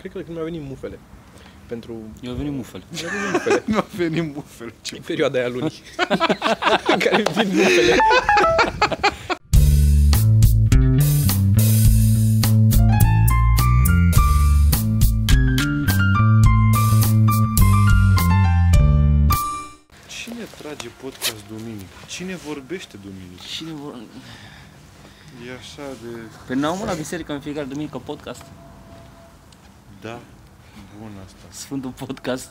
Cred că când mi-au venit mufele. Pentru Eu venit mufel. mi-au venit mufele. Nu a venit mufel, ce În perioada aia lunii. în care vin mufele. Cine trage podcast duminică? Cine vorbește duminică? Cine vor... E așa de... Pe n-am la Păi biserică în fiecare duminică podcast. Da, bun asta. Sfântul podcast.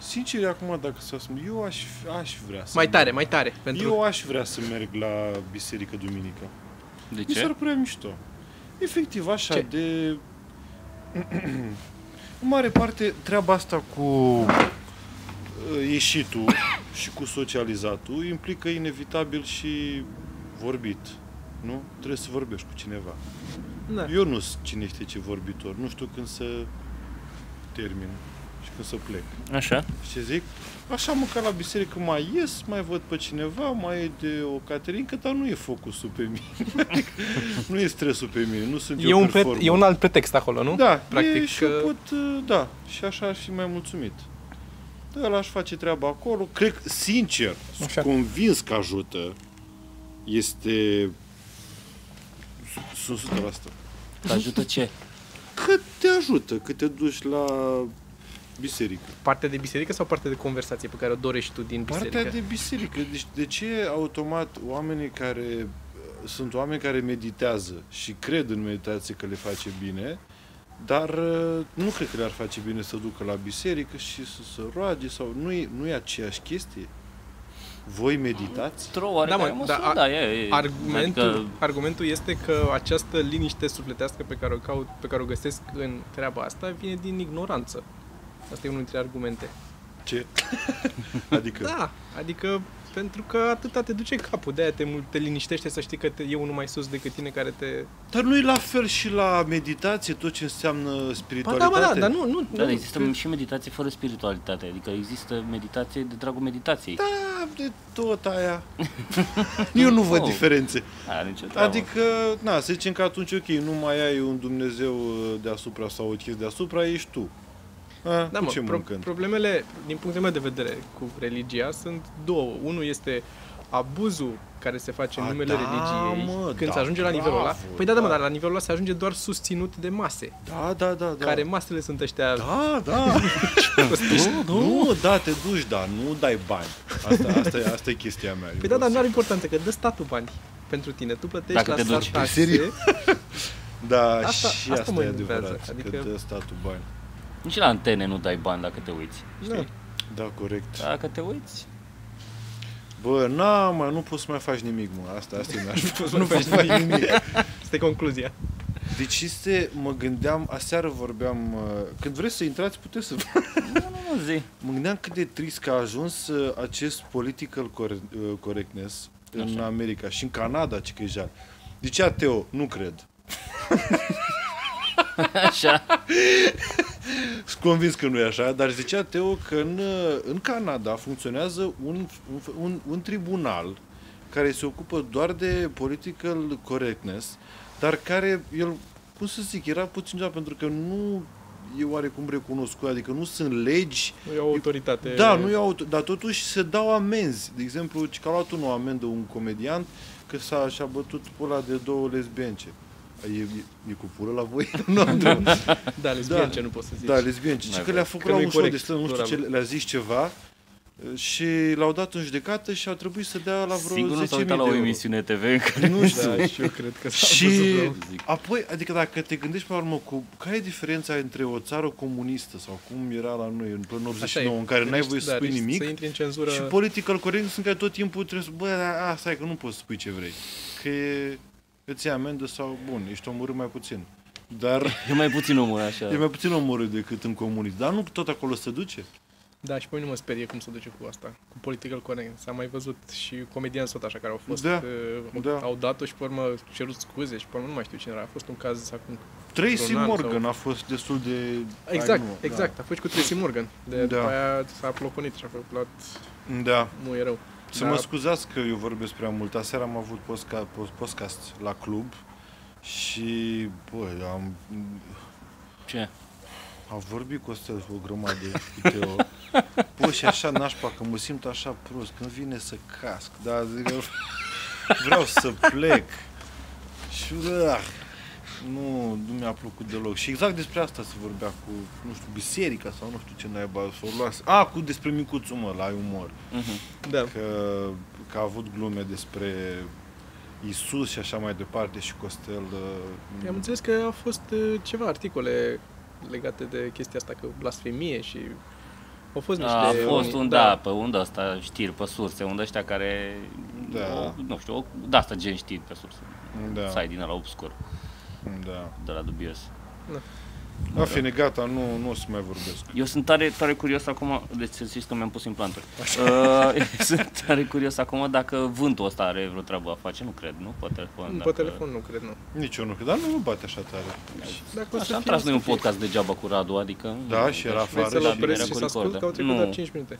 Sincer, acum dacă să spun, eu aș, aș vrea să... Mai tare, mai tare. merg. Pentru... Eu aș vrea să merg la biserică duminică. De Mi s-ar ce? părea mișto. Efectiv, așa Ce? de... În mare parte, treaba asta cu uh, ieșitul și cu socializatul implică inevitabil și vorbit. Nu? Trebuie să vorbești cu cineva. Da. Eu nu sunt cine știe ce vorbitor. Nu știu când să termin și când să plec. Așa. Și ce zic? Așa mă ca la biserică mai ies, mai văd pe cineva, mai e de o caterincă, dar nu e focusul pe mine. nu e stresul pe mine, nu sunt E eu un, pre- performer. e un alt pretext acolo, nu? Da, Practic, Practic, e, și eu că- pot, uh, da, și așa aș fi mai mulțumit. Da, ăla aș face treaba acolo. Cred, că, sincer, Așa. sunt convins că ajută. Este... Sunt 100%. Te ajută ce? Cât te ajută, cât te duci la biserică. Partea de biserică sau partea de conversație pe care o dorești tu din biserică? Partea de biserică. Deci de ce automat oamenii care uh, sunt oameni care meditează și cred în meditație că le face bine, dar uh, nu cred că le-ar face bine să ducă la biserică și să se roage sau nu e, nu e aceeași chestie. Voi meditați? Într-o oarecare Da, mă, măsură, dar a- da, e, e. Argumentul, Adică, adică... argumentul este că această liniște sufletească pe care o caut, pe care o găsesc în treaba asta, vine din ignoranță. Asta e unul dintre argumente. Ce? Adică, Da, adică pentru că atâta te duce capul, de-aia te, mul- te liniștește să știi că te, e unul mai sus decât tine care te... dar nu e la fel și la meditație tot ce înseamnă Ba da, spiritualitate? ba da, dar nu, nu, da, nu dar există și meditație fără spiritualitate. Adică există meditație de dragul meditației. Da, de tot aia. Eu nu văd Oh. diferențe. Aia nu e nicio treabă. Adică, na, să zicem că atunci, ok, nu mai ai un Dumnezeu uh, deasupra sau o chestie deasupra, ești tu. A, Da, cu mă, ce pro- mâncând? problemele, din punctul meu de vedere, cu religia sunt două. Unul este abuzul care se face în A, numele da, religiei mă, când da, se ajunge la nivelul ăla. bravo, Păi da, da, mă, da. dar la nivelul ăla se ajunge doar susținut de mase. Da, da, da, da. Care masele sunt ăștia Da, da. nu, nu, da, te duci, da, nu dai bani. Asta, asta, e, asta e chestia mea. Păi da, dar nu are importanță, că dă statul bani pentru tine. Tu plătești Dacă la te stat duci. taxe. Serios? Da, Asta- asta, și asta asta, mă e enervează, adevărat, adică... adică- că dă statul bani. Nici la antene nu dai bani dacă te uiți. Da. Da, corect. Dacă te uiți, Bă, na, mă, nu poți să mai faci nimic, mă, asta, asta e n-aș să mai nu poți să faci faci nimic. Asta e concluzia. Deci este, mă gândeam, aseară vorbeam, uh, când vreți să intrați, puteți să nu mă zi. Mă gândeam cât de trist că a ajuns uh, acest political cor- uh, correctness în Așa. America și în Canada, ce că e jar. Zicea Teo, nu cred. Așa. Sunt convins că nu e așa, dar zicea Teo că în, uh, în Canada funcționează un, un, un, un tribunal care se ocupă doar de political correctness, dar care, el, cum să zic, era puțin deja pentru că nu e oarecum recunoscut, adică nu sunt legi Nu e o autoritate. Da, nu iau, dar totuși se dau amenzi. De exemplu, ce că a luat unul amendă un comedian că s-a și-a bătut pula de două lesbience. Păi E, e, e cu pulă la voi? nu am întrebat. Da, lesbian, ce nu poți să zici. Da, lesbience. N-ai Și că le-a făcut Că la nu-i un show de corect, stand, nu știu ce, probabil. le-a zis ceva și l-au dat în judecată și au trebuit să dea la vreo Sigur nu 10.000 s-a de uitat la euro. o emisiune TV în care deci Nu știu. Da, și eu cred că s-a Și văzut rău. zic. apoi, adică dacă te gândești pe la urmă cu care e diferența între o țară comunistă sau cum era la noi în până Așa e, 89 deci în care n-ai ești- voie să da, spui ești- nimic, Să intri în cenzură. Și political correctness în care tot timpul trebuie să... Bă, a, a, stai că nu poți să spui ce vrei. Că e, îți ia amendă sau... Bun, ești omorât mai puțin. Dar E mai puțin omul așa. e mai puțin omorât decât în comunism. Dar nu tot acolo se duce. Da, și pe mine nu mă sperie cum se duce cu asta, cu political correctness. Am mai văzut și comedianți tot așa care au fost, Da, uh, da. au dat-o și pe urmă cerut scuze și pe urmă nu mai știu cine era. A fost un caz acum. Tracy Într-un an Morgan sau- a fost destul de... Exact, Ai, nu, exact. da. A fost cu Tracy Morgan. De Da. da. aia s-a ploconit și a făcut luat... Da. da. Nu e rău. Să Da. mă scuzați că eu vorbesc prea mult. Aseară am avut postca, post, podcast la club și, bă, am, Ce? Am vorbit cu Costel cu o grămadă de câte o... Bă, și așa nașpa, că mă simt așa prost, când vine să casc, dar zic, eu vreau să plec. Și ah, nu, nu mi-a plăcut deloc. Și exact despre asta se vorbea cu, nu știu, biserica sau nu știu ce naiba, s-o luase. A, cu despre micuțul mă, la umor. Mhm. Da. Că, că a avut glume despre Isus și așa mai departe și Costel... uh, Am înțeles că au fost uh, ceva articole legate de chestia asta, că blasfemie și... Au fost niște... A fost unii- un, da, pe unde asta știri pe surse, unde ăștia care, Da. o, nu știu, o, de asta gen știri pe surse, Da, site din la obscur, da. de la dubios. În fine, gata, nu, nu o să mai vorbesc. Eu sunt tare, tare curios acum, deci să zici că mi-am pus implanturi. Uh, sunt tare curios acum dacă vântul ăsta are vreo treabă a face, nu cred, nu? Pe telefon. Pe dacă- telefon nu cred, nu. Nici eu nu cred, dar nu mă bate așa tare. Dacă o să Așa am fie, o tras să noi un fie. podcast degeaba cu Radu, adică... Da, și era Vrei afară să-l la și... bine, opresc era și cu să ascult recorder. că au trecut Nu. doar 5 minute.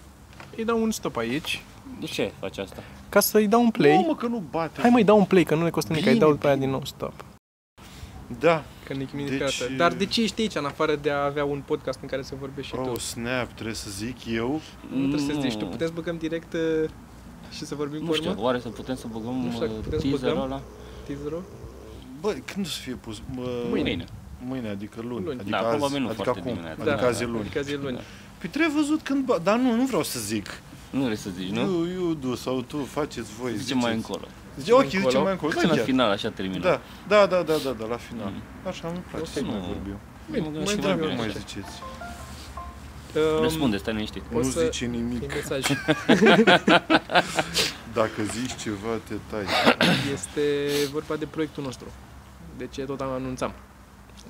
Îi dau un stop aici, De ce faci asta? ca să-i dau un Nu, play. mă, că nu bate. Hai mă, îi dau un play, că nu ne costă nimic, îi Bine, dau după aia din nou stop. Da. Că ne chimim Deci, deci... Dar de ce ești aici, în afară de a avea un podcast în care să vorbești și tu? Oh, snap, trebuie să zic eu. Nu trebuie să zici tu, putem să băgăm direct uh, și să vorbim cu Mm. Nu știu, urmă? oare să putem să băgăm Nu știu dacă uh, putem să teaserul băgăm. ăla? Teaserul? Bă, când o să fie pus? Mă, Mâine. Mâine, adică luni. Luni. Adică Da, azi, probabil nu adică foarte acum, dimineața. adică Da, azi e luni. Adică azi e luni. Păi trebuie văzut când... Ba... Dar nu, nu vreau să zic. Nu vrei să zici, nu? Eu, eu, du, sau tu, faceți voi. Zice ziceți. mai încolo. Zice, ok, Încolo. zice mai încolo. Până Da, la chiar. final, așa terminăm. Da, da, da, da, da, da, la final. Așa mi place Ok. să mai Nu. vorbim. Bine, mai Mă gândesc întreabă mai Nu bine. mai mai ziceți. Um, Răspunde, stai liniștit. O Nu să- zice Prin nimic. mesaj. Dacă zici ceva, te tai. Este vorba de proiectul nostru. De ce tot am anunțam.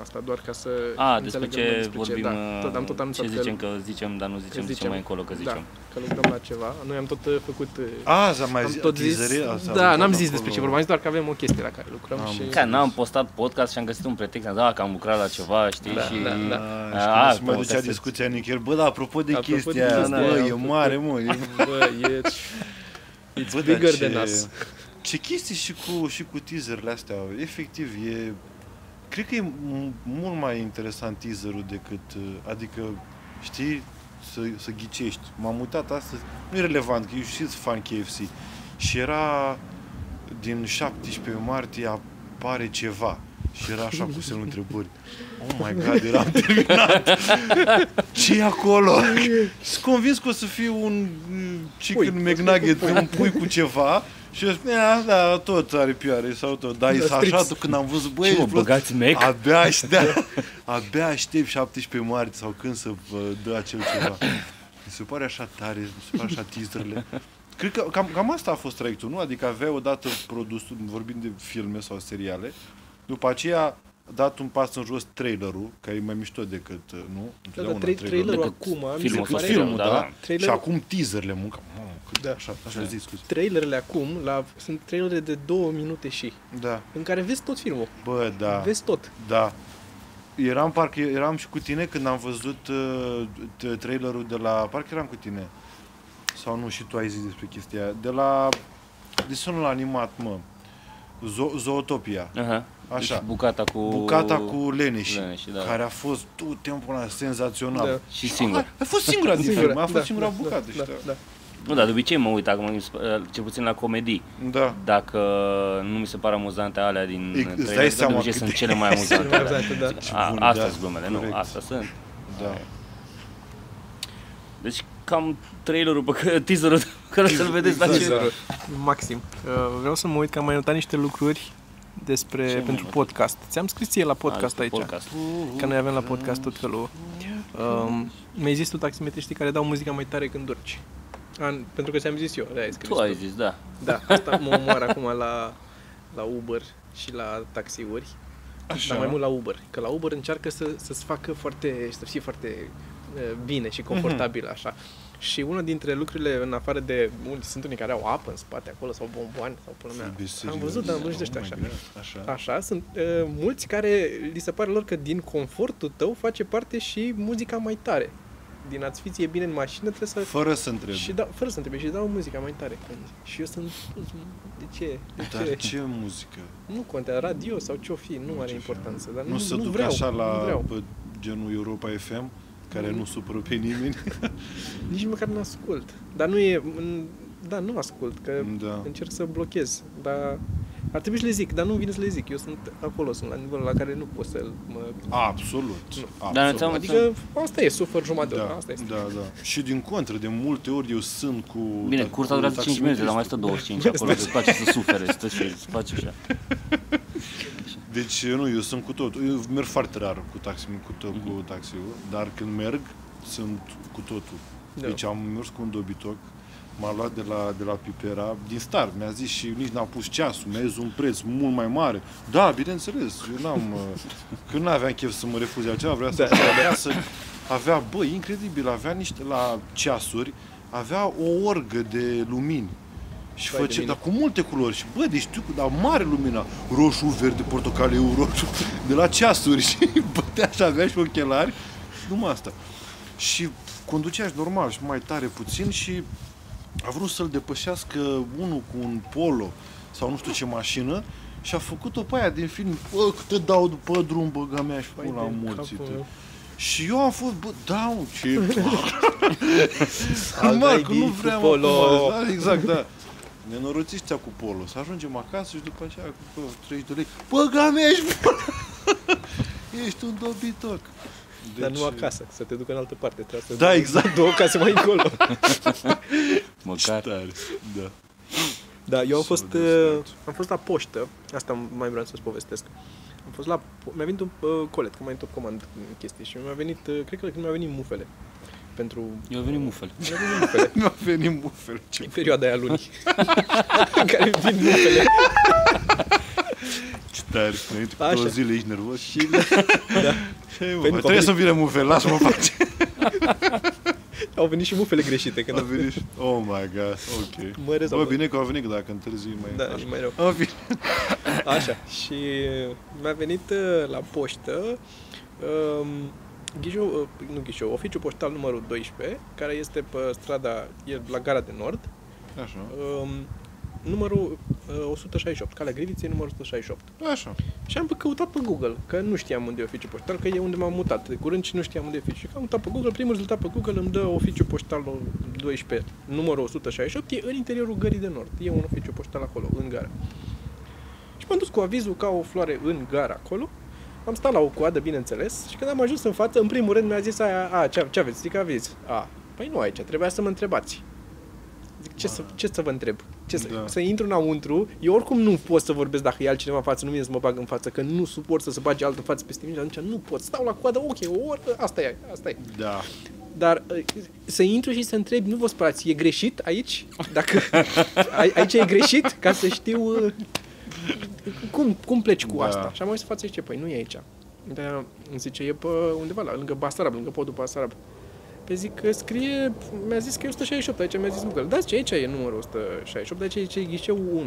Asta doar ca să A, despre înțelegem ce noi vorbim, da, tot am tot uh, anunțat ce că, zicem că zicem, dar nu zicem, zicem zicem. Da. mai încolo că zicem. că lucrăm la ceva. Noi am tot uh, făcut... uh, Azi am mai am zis, tot zis... teaserea asta, Da, am n-am tot zis acolo. despre ce vorbim, am zis doar că avem o chestie la care lucrăm Am și... înțeles. Că n-am postat podcast și am găsit un pretext, am zis, da, că am lucrat la ceva, știi, Da, și... da, da. Ah, A, și că nu se că mai o ducea găseți. discuția nicăieri. Bă, dar apropo de Apropo de chestia aia, chestia bă, aia, e am mare, mă. E Bă, e... It's Bă, dar bigger ce- than us. Ce chestii și cu, și cu teaserele astea, efectiv, e... Cred că e m- mult mai interesant teaserul decât... uh, Adică, știi, să, să ghicești. M-am uitat astăzi, nu e relevant, că eu și sunt fan KFC. Și era din 17 martie apare ceva. Și era așa cu semnul întrebări. Oh my god, eram terminat. ce e acolo? Sunt convins că o să fie un uh, chicken Pui, McNugget, un pui cu ceva. Și eu spunea, da, tot are pioare sau tot. Dar e Da, așa strips. tu când am văzut, băi, Ce mă, ești prost. băgați mec? abia aștept, abia aștept 17 martie sau când să vă dă acel ceva. Mi se pare așa tare, mi se pare așa teaserele. Cred că cam, cam asta a fost traiectul, nu? Adică avea odată produsul, vorbind de filme sau seriale, după aceea a dat un pas în jos trailerul, care e mai mișto decât, uh, nu? Da, Întotdeauna dar tra- trailerul decât acum, mi se filmul Decât pare... sau filmul, da. da, da. Și Trailerul- acum teaserele, muncă, mamă, cât Da. da. așa, așa zic, scuze. Trailerele acum, la, sunt trailere de două minute și, Da, în care vezi tot filmul, bă, da. da. vezi tot. Da. Eram, parcă, eram și cu tine când am văzut uh, t- trailerul de la... Parcă eram cu tine. Sau nu, și tu ai zis despre chestia aia. De la desenul animat, mă. Zo- Zootopia. Aha. Așa. Deci bucata cu... Bucata cu Leneș, Leneș, da. care a fost tot timpul ăla senzațional. Da. Și singur. A fost singura din film, a fost da, singura da, bucată. da, și deci da, da. Nu, dar de obicei mă uit acum, cel puțin la comedii. da. Dacă nu mi se par amuzante alea din Îți dai trailer, seama de obicei cât sunt e- cele mai amuzante. Mai alea. amuzante, da. A, bun, astea da, sunt glumele, nu, corect. astea sunt. da. Deci cam trailerul pe care, teaserul pe care o să-l vedeți la Da, ce... da. Teaserul. Maxim. Uh, vreau să mă uit că am mai notat niște lucruri despre Ce ce mai pentru notat? podcast. Ți-am scris ție la podcast Ah, aici. Podcast. Podcast. Că noi avem la podcast tot felul. Um, mi-ai zis tu taximetriștii care dau muzica mai tare când urci. An, pentru că ți-am zis eu, de-aia ai scris Tu ai zis, da. Da, asta mă omoară acum la, la Uber și la taxiuri. Așa. Dar mai mult la Uber. Că la Uber încearcă să, să-ți facă foarte, să fie foarte uh, bine și confortabil așa. Și una dintre lucrurile, în afară de mulți, sunt unii care au apă în spate acolo sau bomboane sau până mea. Bisericile. Am văzut, dar am văzut de ăștia Oh my așa. God, Așa. Așa, sunt uh, mulți care li se pare lor că din confortul tău face parte și muzica mai tare. Din a-ți fi ție bine în mașină trebuie să... Fără să întreb. Și da, fără să întrebe, și dau muzica mai tare. când- Și eu sunt... De ce? De Dar ce? ce muzică? Nu contează, radio sau ce-o fi, nu, Nu are ce fi, importanță. Dar Nu, se duc vreau, așa nu la vreau. bă, genul Europa FM, care nu supără pe nimeni. Nici măcar nu ascult. Dar nu e... m- Da, nu ascult, că da. încerc să blochez. Dar ar trebui să le zic, dar nu vine să le zic. Eu sunt acolo, sunt la nivelul la care nu pot să mă... Absolut. absolut. Dar înțeamnă- Adică asta e, sufăr jumătate de oră, da, asta este. da, da. Și din contră, de multe ori eu sunt cu... Bine, da, cursa cu durează 5 minute, dar mai stă 25 acolo, îți place să sufere, stă și îți face așa. Deci nu, eu sunt cu tot. Eu merg foarte rar cu taxiul, cu, tot, Mhm. cu taxiul, dar când merg, sunt cu totul. Da. Deci am mers cu un dobitoc, m-a luat de la, de la Pipera, din start, mi-a zis și nici n-a pus ceasul, mi-a zis un preț mult mai mare. Da, bineînțeles, eu n-am, uh, că n-aveam chef să mă refuze altceva, vrea să, Da. avea să, avea, bă, incredibil, avea niște, la ceasuri, avea o orgă de lumini. Și Vai Păi, de făcea, mine. dar cu multe culori și bă, deci tu, dar mare lumina, roșu, verde, portocaliu, roșu, de la ceasuri și bătea așa, avea și ochelari, numai asta. Și conducea și normal și mai tare puțin și a vrut să-l depășească unul cu un polo sau nu știu ce mașină și a făcut-o pe aia din film, bă, că te dau după drum, băga mea și Vai pula de Păi, morții. capul tu. deci- meu. Și eu am fost, bă, da, mă, ce... Normal Aveai că nu din cu vreau polo. acum, Da, exact, da. Nenorociți cu polo. Să ajungem acasă și după aceea cu bă, 30 de lei. Bă, game, ești Ești un dobitoc. Deci, Dar nu acasă, să te ducă în altă parte. Trebuie să Da, exact. Două case mai încolo. Măcar. Tare. Da. Da, eu am Sau fost, de uh, stat. am fost la poștă, asta mai vreau să-ți povestesc. Am fost la, po- mi-a venit un uh, colet, că mai tot comand uh, chestii și mi-a venit, uh, cred că când mi-a venit mufele. Pentru... Eu venit mufel. Mi-a venit mufele. Nu a venit mufel. Ce... E perioada aia lunii în care vin mufele. Ce tare. Înainte cu Așa. două zile ești nervos. Și... da. Ce ai, mă, Pentru Trebuie copii. să vină mufel, lasă-mă face. Au venit și mufele greșite. Când A venit și- Oh my god, ok. Mă rez, Bă, bine că a venit, că dacă întârzi mai... Da, e mai rău. În fine. Așa. Și uh, mi-a venit uh, la poștă um, ghișeu, uh, nu ghișeu, oficiul poștal numărul 12, care este pe strada, e la gara de nord, Așa. um, numărul uh, 168, calea Griviței numărul 168. Așa. Și am căutat pe Google, că nu știam unde e oficiul poștal, că e unde m-am mutat de curând și nu știam unde e oficiul. Și că am mutat pe Google, primul rezultat pe Google îmi dă oficiul poștal 12, numărul 168, e în interiorul gării de nord. E un oficiu poștal acolo, în gara. Și m-am dus cu avizul ca o floare în gara acolo. Am stat la o coadă, bineînțeles, și când am ajuns în față, în primul rând mi-a zis aia, a, ce, ce aveți? Zic, aviz. A, păi nu aici, trebuia să mă întrebați. Zic, ce, să, ce să vă întreb? Ce să, Da. să intru înăuntru, eu oricum nu pot să vorbesc dacă e altcineva în față, nu vine să mă bag în față, că nu suport să se bage altă față peste mine și atunci nu pot. Stau la coadă, ok, o oră, asta e, asta e. Da. Dar uh, să intru și să întreb, nu vă sperați, e greșit aici? Dacă a- aici e greșit? Ca să știu uh, cum, cum pleci cu Da. asta. Și am ajuns să față și ce, păi nu e aici. Dar îmi zice, e pe undeva, la, lângă Basarab, lângă podul Basarab. Pe zic că scrie, mi-a zis că e 168, aici mi-a zis Google. Da, zice, aici e numărul 168, dar aici e ghișeul 1.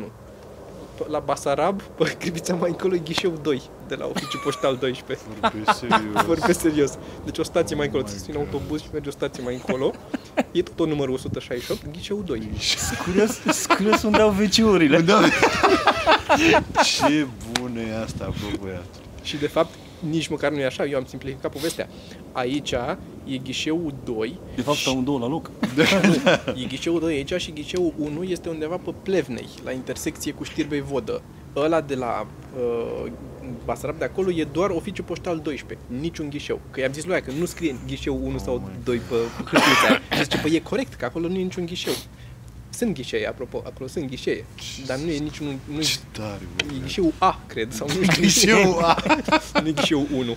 Pe- La Basarab, pe cribița mai încolo, e ghișeul 2, de la oficiu poștal 12. Vorbesc serios. Vorbesc serios. Deci o stație mai încolo, Oh my ți un God. autobuz și mergi o stație mai încolo. E tot numărul 168, ghișeul 2. Curios, curios unde au veciurile. Da. Ce bună e asta, bă, băiatul. Și de fapt, nici măcar nu e așa, eu am simplificat povestea. Aici e ghișeul 2, De fapt, au un două la loc. e ghișeul 2 aici și ghișeul 1 este undeva pe Plevnei, la intersecție cu Știrbei Vodă. Ăla de la uh, Basarab de acolo e doar oficiu poștal 12, niciun ghișeu. Că i-am zis lui aia că nu scrie ghișeu 1 oh sau my 2 pe hârtiuța aia. Și zice, păi e corect, că acolo nu e niciun ghișeu. Sunt ghișee, apropo, acolo sunt ghișee, dar nu e niciun, nu Ce e tare, bă. băiatul. ghișeul A, cred, sau nu știu, Nici eu, a, nu e ghișeul 1.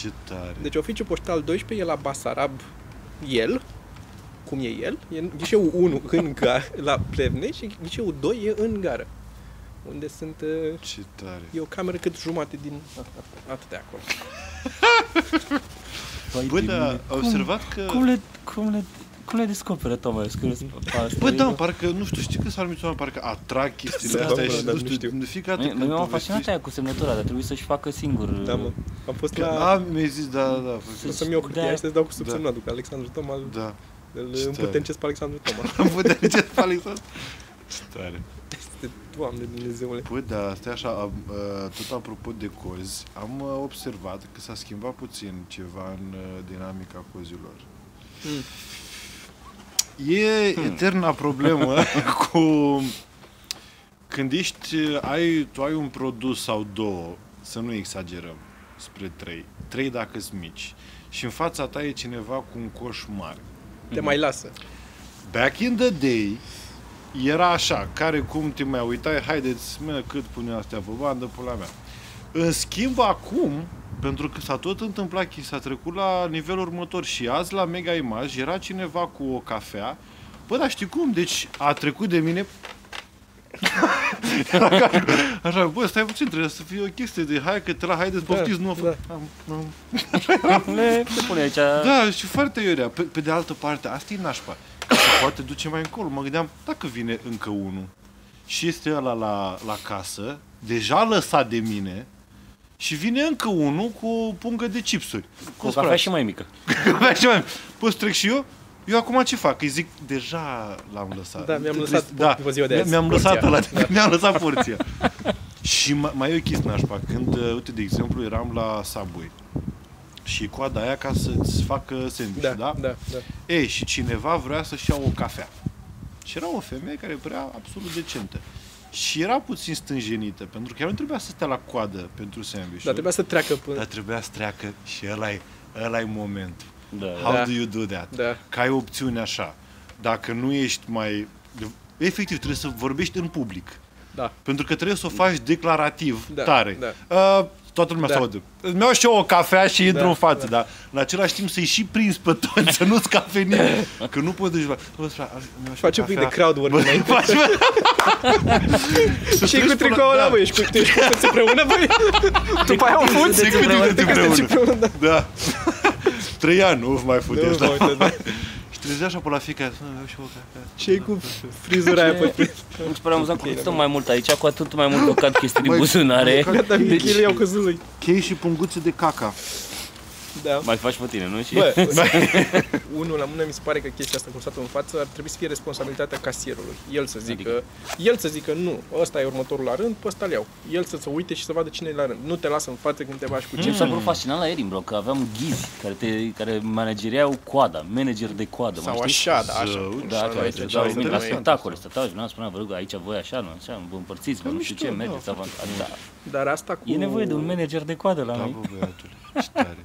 Ce tare. Deci oficiul poștal 12 e la Basarab el, cum e el, e în ghișeul 1 în gar, la Plevne și ghișeul 2 e în gară, unde sunt... uh, Ce tare. E o cameră cât jumate din atâtea acolo. Vai Bă, de dar mine. ai observat că... Cum le, cum le, cum le descoperă Toma? Eu scriu pe asta. Bă, da, parcă, nu știu, știi că s-ar mișto, parcă atrag chestiile Da, astea bă, și dar nu nu știu, știu. de fiecare dată Mie- când M-a fascinat povestești... aia cu semnătura, dar trebuie să-și facă singur. Da, mă. Am fost Că, la... a, mi-ai zis, da, da, da, fă- O să-mi iau hârtia Da. da. și să-ți dau cu Da. subsemnatul, că Alexandru Toma îl- da. îl Ce tare. împuternicesc pe Alexandru Toma. Am putea ce Alexandru. Ce tare. este, doamne Dumnezeule. Păi, da, stai așa, am, uh, tot apropo de cozi, am uh, observat că s-a schimbat puțin ceva în uh, dinamica cozilor. Mm. E eterna problemă cu când ești, ai, tu ai un produs sau două, să nu exagerăm, spre trei, trei dacă sunt mici, și în fața ta e cineva cu un coș mare. Mhm. Te mai lasă. Back in the day, era așa, care cum te mai uitai, haideți, mă, cât pune astea pe bandă, pula mea. În schimb, acum, pentru că s-a tot întâmplat chestia, s-a trecut la nivelul următor și azi la Mega Image era cineva cu o cafea, bă, dar știi cum, deci a trecut de mine Era ca- Așa, bă, stai puțin, trebuie să fie o chestie de hai că te la haideți, Da, poftiți, nu o da. da. am, am, Le, se pune aici... da, și foarte iurea. Pe, pe de altă parte, asta e nașpa. Că se poate duce mai încolo. Mă gândeam, dacă vine încă unul și este ăla la, la casă, deja lăsat de mine, și vine încă unul cu o pungă de chipsuri. Cu o spune? cafea și mai mică. Cafea și mai... Poți trec și eu? Eu acum ce fac? Îi zic, deja l-am lăsat. Da, mi-am Trebuie lăsat să- da, pe ziua de azi, Mi-am lăsat porția. ăla, da. mi-am lăsat porția. și mai, mai e o chestie nașpa. Când, uh, uite, de exemplu, eram la Subway și coada aia ca să-ți facă sandwich, Da, da? da, da. da. Ei, și cineva vrea să-și ia o cafea. Și era o femeie care părea absolut decentă. Și era puțin stânjenită, pentru că ea nu trebuia să stea la coadă pentru sandwich. Dar Da, trebuia să treacă până... Dar trebuia să treacă și ăla e, ăla e momentul. Da. How Da. do you do that? Da. Că ai opțiune așa. Dacă nu ești mai... Efectiv, trebuie să vorbești în public. Da. Pentru că trebuie să o faci declarativ, Da, tare. da. Uh, toată lumea Da. da. se aude. Îmi iau și eu o cafea și intru Da, în față, da. dar în același timp să-i și prins pe toți, să nu scape nimeni. Că nu poți duci la... Bă, frate, aș- mi-au și Faci o un pic de cafea. crowd work înainte. Faci- Să Și treci cu până- tricoul ăla, da. bă, ești cu tu ești cu toți împreună, băi? După aia o fuți? De cât de împreună? Da. Trei ani, nu vă mai Nu, futeți. mă, Da. uite, da. Și trezea așa pe la fiecare, să iau și eu o cafea. Și e cu frizura aia pe prins. Mi se pare amuzant că există mai mult aici, cu atât mai mult căcat chestii din Mai- buzunare. Deci, Gata, Michele i-au căzut lui. Chei și punguțe de caca. Da. Mai faci pe tine, nu? Și... Bă, unul la mână mi se pare că chestia asta cu statul în față ar trebui să fie responsabilitatea casierului. El să zică, adică? el să zică nu, ăsta e următorul la rând, pe ăsta le iau. El să se uite și să vadă cine e la rând. Nu te lasă în față când te bași cu Ce mi cine. s-a părut fascinant la Edinburgh, că aveam ghizi care, te, care manageriau coada, manager de coadă, Sau mă știi? așa, da, așa. Zău, Da, Așa, care așa, te dau așa, mii la așa. spectacole, stăteau și nu spunea, vă rog, aici voi așa, nu așa, vă împărțiți, vă nu știu ce, mișto, mergeți, da, da, da. Dar asta cu... E nevoie de un manager de coadă la Da, noi. bă, băiatule, ce tare.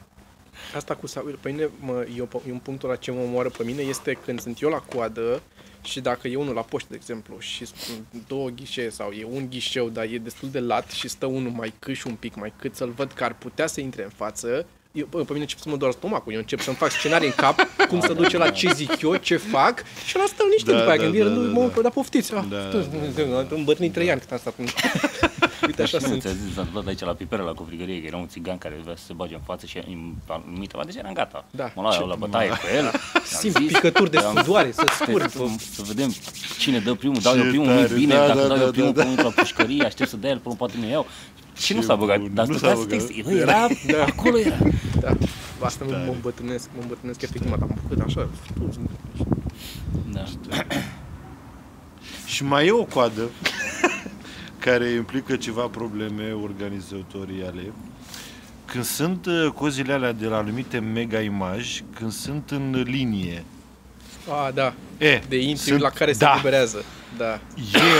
Asta cu sau... Pe mine, mă, eu, e un punctul la ce mă omoară pe mine este când sunt eu la coadă și dacă e unul la poștă, de exemplu, și sunt două ghișee sau e un ghișeu, dar e destul de lat și stă unul mai câș un pic mai cât să-l văd că ar putea să intre în față, eu, bă, pe mine încep să mă doar stomacul, eu încep să-mi fac scenarii în cap, cum să duce la ce zic eu, ce fac și la stau niște Da, după aia, da, când vine da, rândul, da, mă, da. bă, dar poftiți, ah, Da, da, da, da, îmbătrânit trei ani cât am stat în... Uite, așa Și nu sunt. ți-a zis, am dat aici la pipere la covrigărie, că era un țigan care vrea să se bage în față și îmi mită, deci eram gata. Da. Mă luau Ce- eu la bătaie cu el. Simt picături de sudoare, să Să, scurg. Păi, să vedem cine dă primul, dau eu Ce primul, nu tare, bine, da, dacă da, dau eu da, primul, da, pun la pușcărie, aștept să dea el, până poate nu iau. Și nu Ce s-a băgat, bun, dar nu stătea s-a să băgat. da. texte, bă, era, acolo era. Da, asta mă mă îmbătrânesc, mă îmbătrânesc efectiv, mă, dar am făcut așa. Da. Și mai e o coadă care implică ceva probleme organizatoriale. Când sunt uh, cozile alea de la anumite mega imagi, când sunt în linie, A, da, e, de intri sunt- la care se da. eliberează. Da,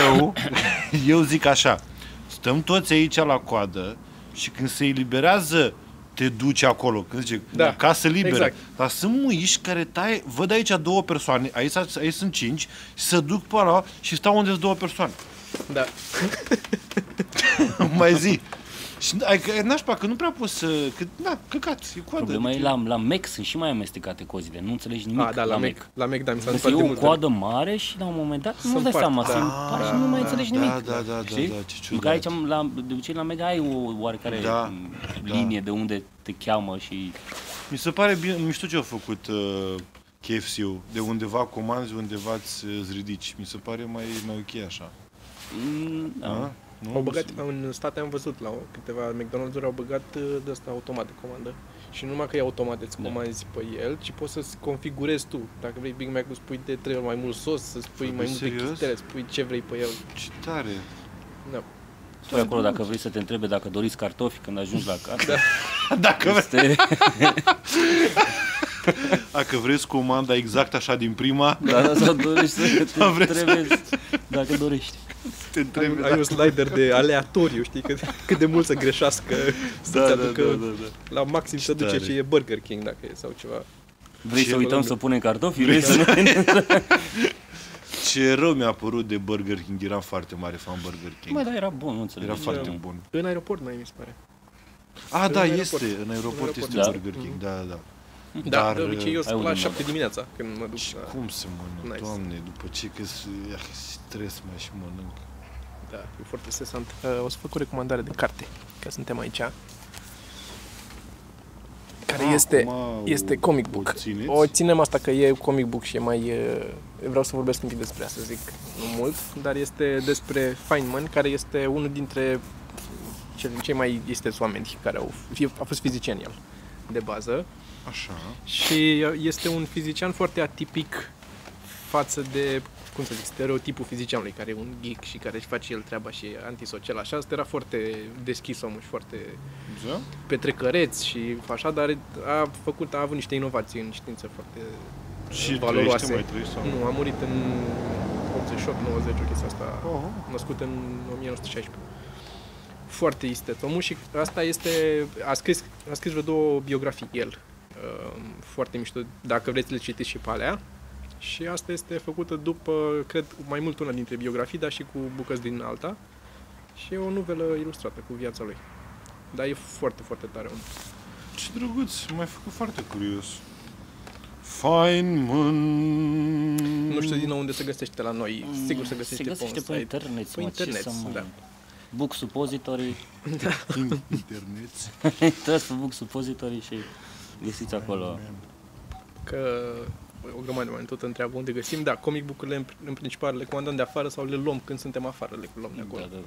eu, eu zic așa, stăm toți aici la coadă și când se eliberează, te duci acolo, când zice, Da, da, casă liberă. exact. Exact. Dar sunt muiși care taie, văd aici două persoane, aici, aici sunt cinci, și se duc pe ala și stau unde sunt două persoane. da. mai zi. Și ai că e nașpa că nu prea poți să... Că, da, căcat, e coadă. Problema e adică- la, la Mac, sunt și mai amestecate cozile, nu înțelegi nimic A, da, la Mac. La Mac, da, mi s-a Să e întâmplat de o multe ori. coadă mare și la un moment dat Se nu dai împart, seama, da. se împart și nu mai da, înțelegi da, nimic. da, da, da, știi? da, ce Pentru că ciudat. aici, la, de obicei, la Mega ai o oarecare Da, m, da. linie de unde te cheamă și... Mi se pare bine, nu știu ce a făcut uh, KFC-ul, de undeva comanzi, undeva îți uh, îți ridici. Mi se pare mai, mai ok așa. Ah. Mm, Da. A? Nu? Au băgat, în state am văzut la o- câteva McDonald's-uri, au băgat uh, de asta automat de comandă. Și Și nu numai că e automat, îți Da. comanzi pe el, ci poți să-ți configurezi tu. Dacă vrei Big Mac, îți pui de trei ori mai mult sos, să-ți pui mai Vorbești multe serios? chistele, îți pui ce vrei pe el. Ce tare! Da. Păi acolo dacă vrei să te întrebe dacă doriți cartofi când ajungi la casă. Dacă, vrei, Este... dacă vreți comanda exact așa din prima, Da, da, sau dorești să te Sau vrei să- întrebi dacă dorești. te Ai, întrebi ai un slider de aleatoriu, știi, cât, cât de mult să greșească, să-ți aducă da. la maxim să Ce duce tare. ce e Burger King, dacă e, sau ceva. Vrei Ce să uităm bălău. să punem cartofi? Vrei să nu... Ce rău mi-a părut de Burger King, eram foarte mare fan Burger King. Mă, da, era bun, nu înțeleg. Era ce foarte rău. bun. În aeroport, mai mi se pare. A, În da, aeroport. este, în aeroport aeroport. este Da. Burger King, da, da, da. Da, Dar, de obicei eu uh, sunt ai la unde mă 7 dimineața când mă duc. Și La, cum se mănâncă, Da. Nice. doamne, după ce că se- ah, stres mai și mănânc. da, e foarte stresant. Uh, o să fac o recomandare de carte, că suntem aici. Care Ah, este... acum o- Este comic book. O țineți? O ținem asta că e comic book și e mai... uh, Vreau să vorbesc un pic despre asta, zic, nu mult, dar este despre Feynman, care este unul dintre cel- cei mai isteți oameni care au, fie- a fost fizician el, de bază. Așa. Și uh, este un fizician foarte atipic față de, cum să zic, stereotipul fizicianului, care e un geek și care își face el treaba și e antisocial. Așa, asta era foarte deschis omul și foarte Da? petrecăreți și așa, dar a făcut, a avut niște inovații în știință foarte... Și Valoroase. trăiește, mai trăiești sau? Nu, a murit în 88-90, o chestie asta, Oh, născut în 1916. Foarte isteț omul și asta este, a scris, a scris vreo două biografii el, Uh, foarte mișto, dacă vreți le citiți și pe alea. Și asta este făcută după, cred, mai mult una dintre biografii, dar și cu bucăți din alta. Și e o novelă ilustrată cu viața lui. Dar e foarte, foarte tare om. ce drăguț, m-ai făcut foarte curios. Feynman. Nu știu din nou unde se găsește la noi. Sigur se găsește, Mm, se găsește pe, un site. internet, Pe mă, ce internet, să mai... da. Book Suppository, In- Internet. intrați pe Book Suppository și găsiți acolo. Că o grămadă de oameni tot întreabă unde găsim. Da, comic book-urile în, în principal le comandăm de afară sau le luăm când suntem afară, le luăm de Da, acolo. da, da.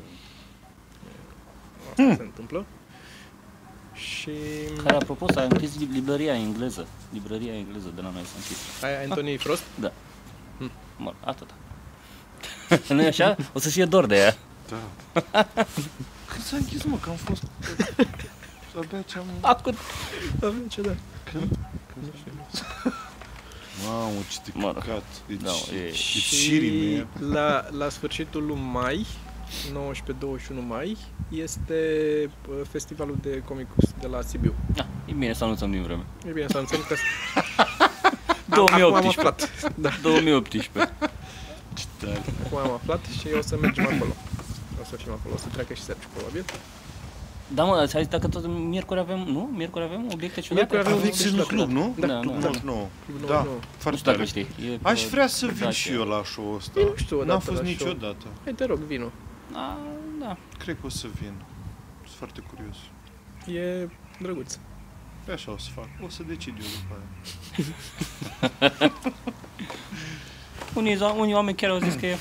Hmm. Asta se întâmplă. Și Care, apropo, s-a închis lib- librăria engleză. Librăria engleză de la noi s-a închis. aia Anthony Frost, Da. Hm. Mă, atât. nu e așa? O să fie dor de ea. Da. Când s-a închis, mă, că am fost... Abia ce am... Acum. avem ce da. Când? Când s-a închis? Mamă, ce te Mă rog. căcat. It's, Da, e- it's shitty, man. la, la sfârșitul lui mai, 19-21 mai, este uh, festivalul de comic de la Sibiu. Ah, e bine să anunțăm din vreme. E bine, să anunțăm că Da, acum am 2018. aflat. Da. 2018. Ce tare. Acum am aflat și o să mergem acolo. O să fim acolo, o să treacă și Sergiu probabil. Da, mă, ați zis dacă tot miercuri avem, nu? Miercuri avem obiecte ciudate? Miercuri avem Aveți în obiecte club, nu? Da, Da, nu, Club da. 99. Club Da, 99. Nu foarte știu dacă tare. știi. E pe- Aș vrea să vin da, și e. eu la show-ul ăsta. Eu nu știu odată N-am fost la show. niciodată. Hai, te rog, vino. A, da. Cred că o să vin. Sunt foarte curios. E drăguț. Pe așa o să fac. O să decid eu după aia. Unii, zo- unii oameni chiar au zis că e...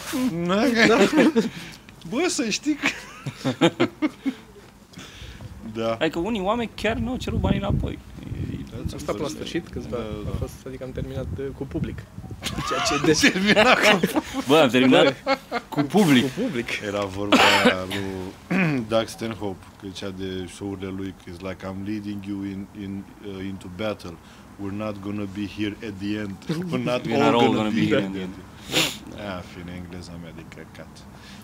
Bă, să știi că... da. Adică unii oameni chiar nu au cerut banii înapoi. E- Da, ți-am Am stat până la văzut. sfârșit câțiva, Da, da, a da. fost, adică am terminat uh, cu public. Ceea ce des Bă, am terminat cu public. cu public. Era vorba aia lui Doug Stanhope, că cea de show-urile lui, că it's like I'm leading you in, in, uh, into battle. We're not gonna be here at the end. We're not We're all, not all gonna, gonna be, be here here at the end. Ah, fine, engleza mea de căcat.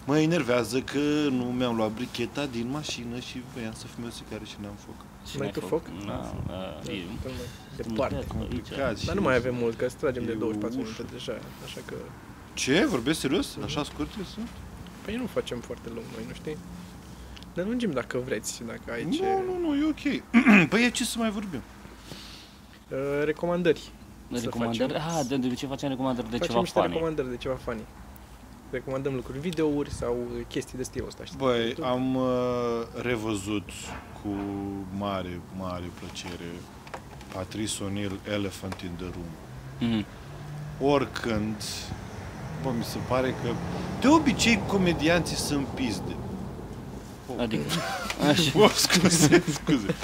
Mă enervează că nu mi-am luat bricheta din mașină și voiam să fumez care și n-am foc. Și Mai n-ai tu făcut? foc? Da, da, Da, e- suntem mai Aici. Departe. Dar nu mai avem mult, că stragem de E 24 ușă. minute deja, așa că... Ce? Vorbesc serios? Așa scurte sunt? Păi nu facem foarte lung noi, nu știi? Ne lungim dacă vreți, dacă ai Păi ce... Nu, nu, nu, e ok. păi e ce să mai vorbim? Uh, Recomandări. Să Recomandări? facem- Ah, de, de ce facem recomandări de Facem ceva niște funny? recomandări de ceva funny. Recomandăm lucruri, videouri sau uh, chestii de stilul ăsta, știi? Băi, Tu- am uh, revăzut cu mare, mare plăcere Patrice O'Neill, Elephant in the Room. Mhm. Oricând, bă, mi se pare că de obicei comedianții sunt pizde. Adică, așa. Oh, scuze, scuze.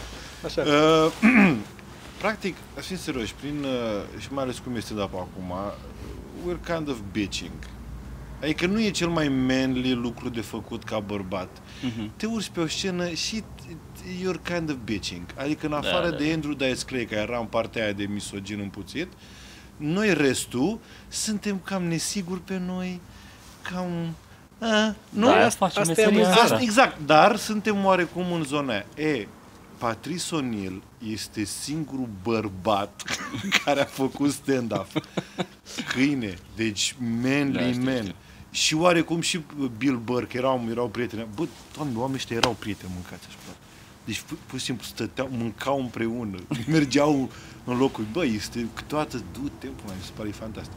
Așa, Uh, practic, să fim serioși, prin, uh, și mai ales cum este DAP acum, uh, we're kind of bitching. Adică nu e cel mai manly lucru de făcut ca bărbat. Mhm. Te urci pe o scenă și you're kind of bitching. Adică în afară da, de da. Andrew Dice Clay, care era în partea aia de misogin împuțit, noi restul suntem cam nesiguri pe noi, cam... A, nu? Da, aia asta- face asta e meseria amuzant. asta. Asta, exact, dar suntem oarecum în zona aia. E, Patrice O'Neill este singurul bărbat care a făcut stand-up. Câine, deci manly Da, știu, man. știu. Și oarecum și Bill Burke, erau, erau prieteni. Bă, doamne, oamenii ăștia erau prieteni mâncați așa. bă. Deci, pu- pur și simplu, stăteau, mâncau împreună, mergeau în locul. Bă, este câteodată, du timpul mai mi se pare e fantastic.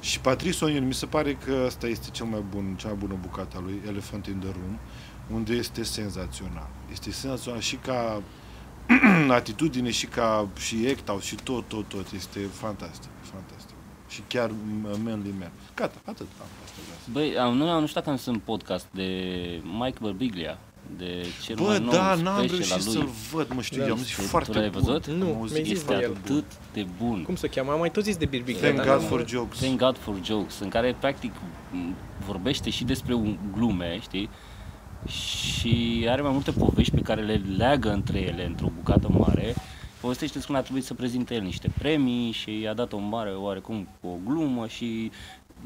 Și Patrice O'Neill, mi se pare că asta este cel mai bun, cea mai bună bucată a lui, Elephant in the Room, unde este senzațional. Este senzațional și ca atitudine și ca și ectau și tot, tot, tot. Este fantastic, fantastic. Și chiar m- manly man. Gata, atât am asta vreau să- Băi, am, nu am știut că am sunt podcast de Mike Birbiglia, de cel Bă, mai nou da, special n-am reușit al lui. să-l văd, mă știu, Da. i-am zis Tu- tu foarte l-ai bun. văzut? Am Nu, auzit mi-ai zis Este de el. atât de bun. Cum se cheamă? Am mai tot zis de Birbic. Thank Da, God da, for da. jokes. Thank God for Jokes, în care practic m, vorbește și despre un- glume, știi? Și are mai multe povești pe care le leagă între ele într-o bucată mare. Povestește cum a trebuit să prezinte el niște premii și i-a dat o mare oarecum cu o glumă și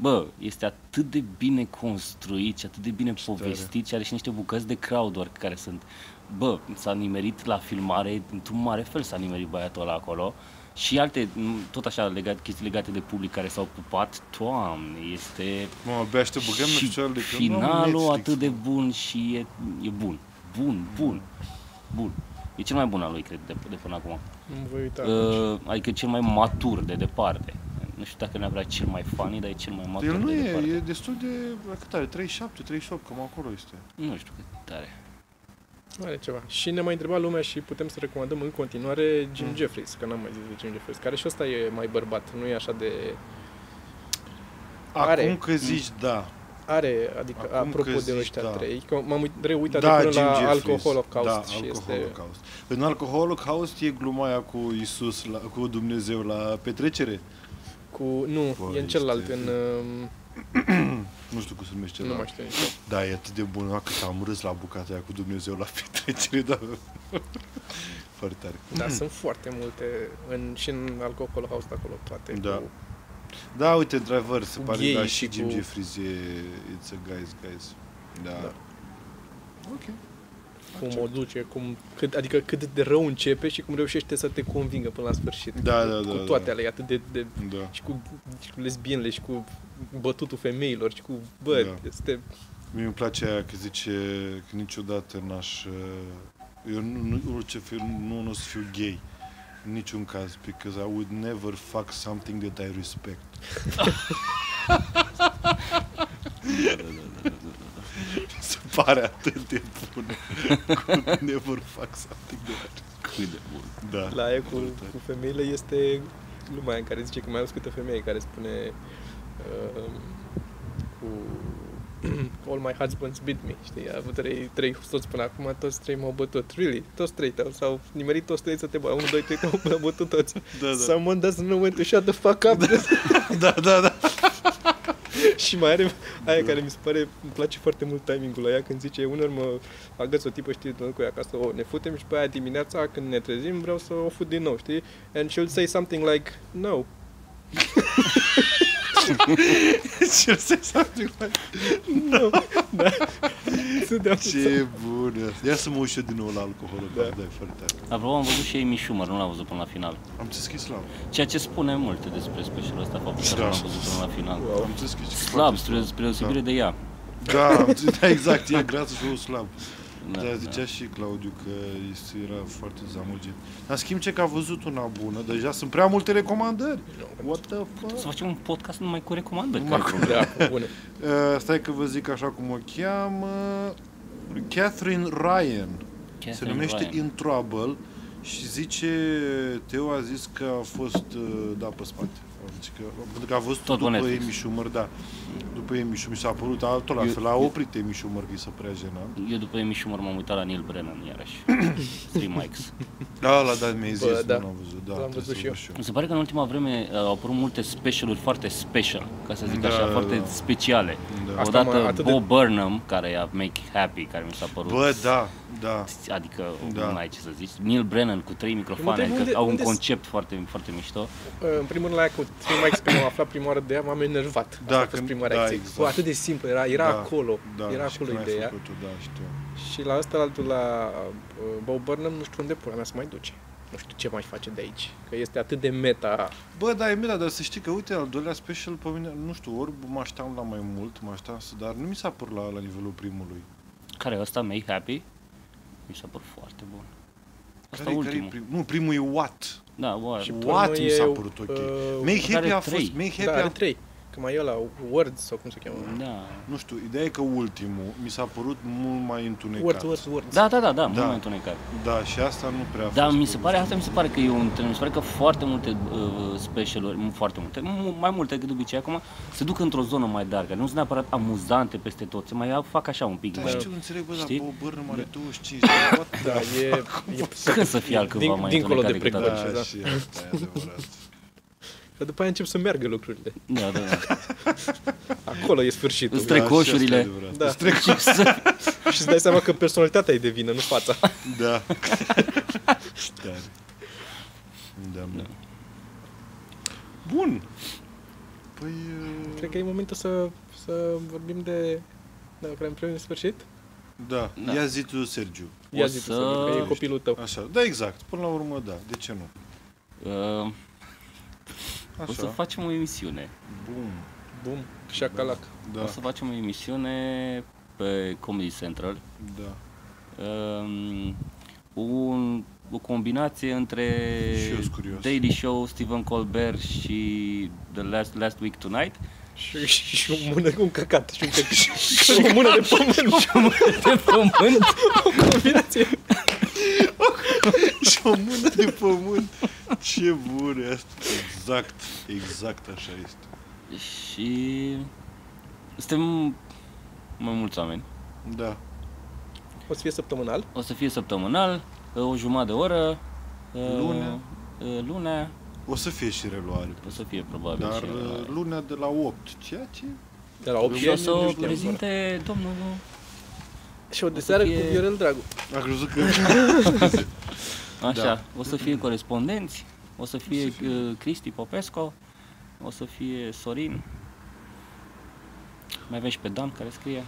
Bă, este atât de bine construit și atât de bine povestit și are și niște bucăți de crowdwork care sunt... Bă, s-a nimerit la filmare, într-un mare fel s-a nimerit băiatul ăla acolo. Și alte, m, tot așa, legat, chestii legate de public care s-au pupat, toamne, este Mă, abia aștept, băgăm și episoadele, că nu am finalul Netflix. atât de bun și e, e bun, bun, bun, bun. E cel mai bun al lui, cred, de, de până acum. Nu voi Da, uita. Uh, adică cel mai matur de departe. Nu știu dacă neapărat cel mai funny, dar e cel mai matur El nu de e, departe. e destul de, cât are, 37, 38, cam acolo este. Nu știu cât tare. Are ceva. Și ne mai întreba lumea și putem să recomandăm în continuare Mm. Jim Jeffries, că n-am mai zis de Jim Jeffries, care și ăsta e mai bărbat, nu e așa de... Acum Are. că zici da, Are, adică Acum Acum apropo că de zici, ăștia da. trei, că m-am uit- reuitat da, de până Jim la Jeffries. Alcohol Holocaust și da, Alcohol este... Holocaust. În Alcohol Holocaust e glumaia cu Isus, la, cu Dumnezeu la petrecere. Cu, nu, Bă, e în celălalt, este- în... um, Nu știu cum se numește Nu la... mai știu nici. Da, e atât de bun acum că am râs la bucata aia cu Dumnezeu la petrecere, da. Foarte tare. Da, sunt foarte multe, în, și în Alcohol Holocaust acolo, toate. Da. Cu, Da, uite, Driver, se Cu pare, gay da, și și Jim cu- Jeffries e... It's a guys, guys. Da. Da. Ok. cum o duce, cum, cât, adică cât de rău începe și cum reușește să te convingă până la sfârșit. Da, da, cu da, toate da. alea, e atât de, de Da. și cu, și cu lesbienele și cu bătutul femeilor și cu, bă, Da. da. este... Mie îmi place aia că zice că niciodată n-aș... uh, Eu nu, nu, orice fiu, nu, nu o să fiu gay. În niciun caz, because I would never fuck something that I respect. Mi Se pare atât de bun. Cu never fuck something that I Cât de bun. respect. Da. La aia cu, Brutal. cu femeile este lumea aia în care zice că mai ales câte femeie care spune uh, cu All my husbands beat me, știi, a avut trei, trei soți până acum, toți trei m-au bătut, really, toți trei te-au, s-au nimerit toți trei să te bă, 1, 2, 3 te-au bătut toți. Da, da. Someone doesn't know when to shut the fuck up. Da, da, da. Și mai are aia care mi se pare, îmi place foarte mult timingul la ea când zice, uneori mă agăț o tipă, știi, cu ea ca să o ne futem și pe aia dimineața când ne trezim vreau să o fut din nou, știi? And she'll say something like, no. Deci, Ce se something like No. da. Sunt de Ce bun e asta. Ia să mă ușă din nou la alcohol. Da. Da. da, e foarte tare. Apropo, am văzut și Amy Schumer, nu l-am văzut până la final. Am deschis la Ceea ce spune multe despre specialul ăsta, faptul că Da. nu l-am văzut până la final. Wow. Am deschis. Slab, spre, spre deosebire de ea. Da, am zis- da, exact, e grasă și eu slab. Da, Da, Dar zicea și Claudiu că este- era foarte zamăgit. Dar în schimb ce că a văzut una bună, deja sunt prea multe recomandări. What the Să fuck? facem un podcast numai cu recomandări. Numai care- Da, bune. Uh, stai că vă zic așa cum o cheamă. Catherine Ryan. Catherine se numește Ryan. In Trouble și zice, Teo a zis că a fost, uh, da, pe spate. Zice că, pentru că a văzut Tot pe după Netflix. Amy Schumer, da. După Amy Schumer, s-a părut altul la Eu- fel, a oprit Amy Schumer că e să prea jenant. Eu după Amy Schumer m-am uitat la Neil Brennan iarăși. Three Mics. Da, la da, mi-ai zis, Bă, da. nu l-am văzut, da, L-am trebuie văzut să-l și eu. văd și eu. Mi se pare că în ultima vreme uh, au apărut multe specialuri foarte special, ca să zic Da, așa, da, foarte da. speciale. Da. Asta mă, Odată atât de- Bo Burnham, care a Make It Happy, care mi s-a părut Bă, da, da. adică Da. da. nu ai ce să zici. Neil Brennan cu trei microfoane, întreb adică unde- au un unde s- concept foarte, foarte mișto. În primul rând, la aia cu Three Mics, când am aflat prima oară de ea, m-am enervat. Da, Asta a fost când- prima da, reacție. exact. Bă, atât de simplu, era, era da, acolo, da, era și acolo când ai ideea. Făcut-o, da, știu. Și la asta, la altul, la uh, Bo Burnham, nu știu unde pula mea să mai duce. Nu știu ce mai face de aici, că este atât de meta. Bă, da, e mira, dar să știi că, uite, al doilea special pe mine, nu știu, ori mă așteptam la mai mult, mă așteptam să, dar nu mi s-a părut la, la nivelul primului. Care e ăsta, Make Happy? Mi s-a părut foarte bun. Asta Care-i- care-i ultimul. prim, nu, primul e What. Da, wow. Și What până mi s-a e, părut ok. uh, Make care Happy a trei. fost, Make da, Happy are a, trei. Că mai e la Words, sau cum se cheamă. Da. nu știu, ideea e că ultimul mi s-a părut mult mai întunecat. Words, Words, Words. Da, da, da, da, Da. mult mai întunecat. Da, și asta nu prea a Da, fost mi se pe pare, gustul asta mi se pare că e un trend, mi se pare că foarte multe uh, specialuri, nu foarte multe, mu- mai multe decât de obicei acum, se duc într-o zonă mai dark, nu sunt neapărat amuzante peste tot, se mai fac așa un pic. meu. Da, mai... și ce nu înțeleg, bă, dar Știi? Da. Bob Burnham are 25 de What the Da, e, e Când să fie altcândva Din- mai dincolo întunecat de decât pregătire. atunci? da. Da, și asta e adevărat. Dar după aia încep să meargă lucrurile. Da, da, da. Acolo e sfârșitul. Îți trec Da, și asta e coșurile. adevărat. Da. Îți trec Și să- Și îți dai seama că personalitatea e de vină, nu fața. Da. Tare. Da, da. Bun. Păi... uh, Cred că e momentul să, să vorbim de... Da, că am primit în sfârșit. Da. Da. Ia zi tu, Sergiu. Ia O zi tu, să- Sorin, că e copilul tău. Așa. Da, exact. Până la urmă, da. De ce nu? Uh, o să Așa. facem o emisiune. Bun. Bum, șacalac. Da, O să facem o emisiune pe Comedy Central. da. Um, un, o combinație între Și eu sunt curios. Daily Show, Stephen Colbert și The Last, Last Week Tonight. Și, și, și o mână, un căcat, și un căcat, și o mână de pământ, și Pe pământ. o combinație. Și o mână de pământ. Ce bun e asta. Exact. Exact așa este. Și suntem mai mulți oameni. Da. O să fie săptămânal. O să fie săptămânal, o jumătate de oră. Lunea. uh, Lunea O să fie și reluare. o să fie probabil. Dar și la- uh, lunea de la 8, ceea ce... De la 8 și o să o Iulie, prezinte domnul Și o de să seară cu fie- Viorel Dragu. A crezut că... Așa, Da. o să fie corespondenți, o să fie, uh, Cristi Popescu, o să fie Sorin. Mai avem și pe Dan care scrie.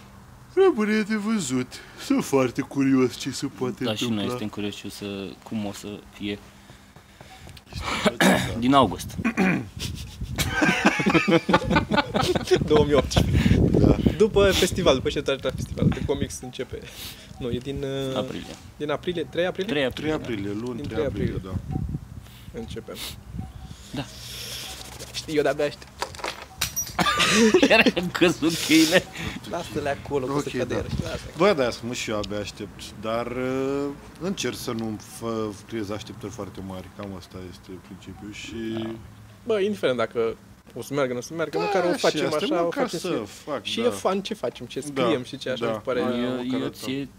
Rămâne de văzut. Sunt foarte curios ce se poate Da, și întâmpla. noi suntem curioși o să, cum o să fie Da. din august. 2018. Da. După festival, după ce tragi la festival, când comics începe. Nu, e din... uh, Da. Aprilie. Din aprilie, 3 aprilie? 3 3 aprilie. da. aprilie, luni Din 3 aprilie, aprilie. da. Începem. Da. Știi, eu de-abia aștept. Iar am căzut cheile. Lasă-le acolo, că Ok, se cade da. iarăși. Lasă. Bă, da, să mă și eu abia aștept, dar uh, încerc să nu-mi fă, creez așteptări foarte mari, cam asta este principiul și... Bă, indiferent dacă o să meargă, nu o să meargă, Da, Da, măcar o și facem asta e așa, o măcar facem să să... fac, Și da. e fan ce facem, ce scriem Da, și ce așa, da. mi se pare. Mai e Eu, o eu călătorie. ție,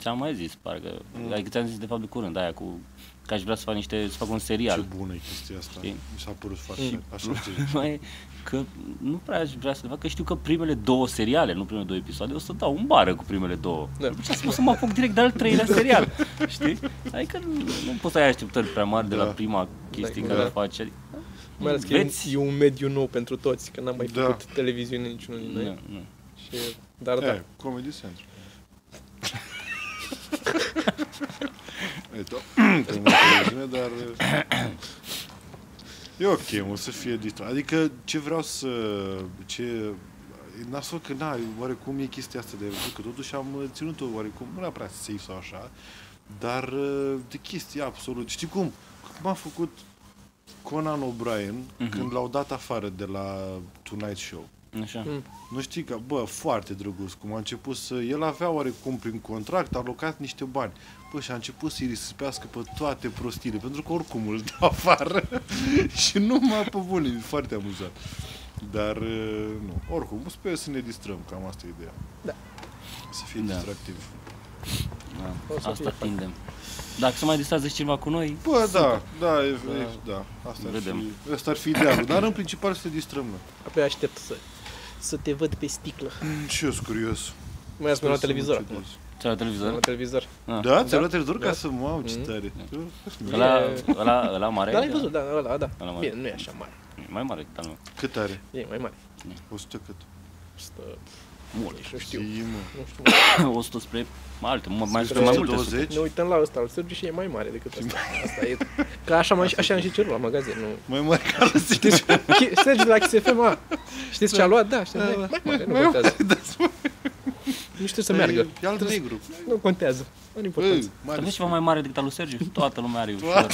ți-am mai zis, parcă, adică ți-am zis de fapt de curând, aia cu, că aș vrea să fac niște, să fac un Ce serial. bună e chestia asta, Știi? mi s-a părut foarte așa ce Mai e că nu prea aș vrea să le fac, că știu că primele două seriale, nu primele două episoade, o să dau în bară cu primele două. Da. După ce o să mă apuc direct de al treilea serial, știi? Adică nu, nu poți să ai așteptări prea mari de la Da. prima chestie Da. care Da. o faci. Adică, Mai ales că e un, veți- e un mediu nou pentru toți, că n-am mai Da. făcut televiziune niciunul din noi. Nu, nu. Și, dar da. da, E, Comedy Central. e to- prima televiziune, dar... uh, E ok, o să fie distrat. Adică ce vreau să... Ce... E nasol că, na, oarecum e chestia asta de văzut, că totuși am uh, ținut-o oarecum, nu neapărat safe sau așa, dar uh, de chestii absolut. Știi cum? Cum a făcut Conan O'Brien când l-au dat afară de la Tonight Show. Așa. Nu știi că, bă, foarte drăguț cum a început să... El avea oarecum prin contract alocat niște bani. Bă, și a început să-i risipească pe toate prostiile, pentru că oricum îl dă afară. și nu m-a pe bune, e foarte amuzant. Dar, uh, nu, oricum, sper să ne distrăm, cam asta e ideea. Da. Să fie Da. distractiv. Da. O să fie Asta fain. tindem. Dacă se mai distrează și cineva cu noi, Bă, da, da, e, e, da, asta ar Vedem. fi, asta ar fi idealul, dar în principal să te distrăm, mă. Abia aștept să, să te văd pe sticlă. Și eu sunt curios. Mai Păi, ați la Sper să nu televizor cedez. acum. ți-a la La televizor. televizor. Da? Da. Ți-a luat televizor ca Da. să mă au ce Mhm. tare. Ăla, E- ăla, ăla mare? Dar l-ai văzut, da, ăla, da. Ăla mare. Bine, nu e așa mare. E Mai mare decât al meu. Cât are? E mai mare. 100 cât? Stă, deci, Mult. nu știu, Zi, mă. nu știu. 100 spre alte, mă- Spre mai, spre mai multe. sunt. 120? Ne uităm la ăsta, al Sergiu și e mai mare decât ăsta. Asta e. Că așa, mai, așa am și cerut la magazin, nu. Mai mare ca la Știți, Chi- Sergiu de la XFM, a, știți ce a luat? Da, știți, Da, mai, da. mai mare, nu Mai contează. Nu știu să meargă. Păi, E alb negru. Nu contează. Nu are importanță. Dar vezi Mare. ceva mai mare decât al lui Sergiu? Toată lumea are ușor.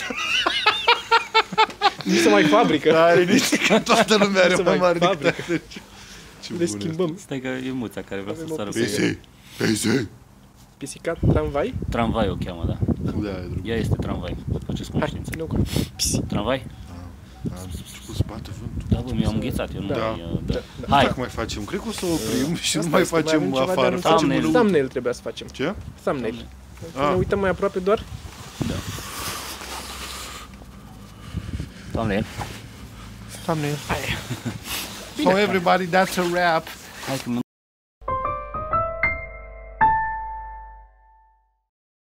Nu se mai fabrică. Are nici că toată lumea Da, are Să mai mai mare decât fabrică. atât. Ce Le bun schimbăm. Stai că e muța care vrea să Avem o sară este. pe pisică. Pese, pese. Pisicat, tramvai. Tramvai o cheamă, da. Da, e drăguț. Ea este tramvai, după ce spun Hai, știință. nu cu Pisi. Tramvai? Am cu spate vântul. Da, bă, mi-am înghețat, eu nu Da. mai... Da. Hai. Hai, Dacă mai facem, cred că o să o oprim și nu Asta mai este, avem facem ceva, dar afară. nu Thumbnail. facem Thumbnail. un Thumbnail trebuia să facem. Ce? Thumbnail. Ah. Să ne uităm mai aproape doar. doamne, Thumbnail. So everybody, that's a wrap. hai că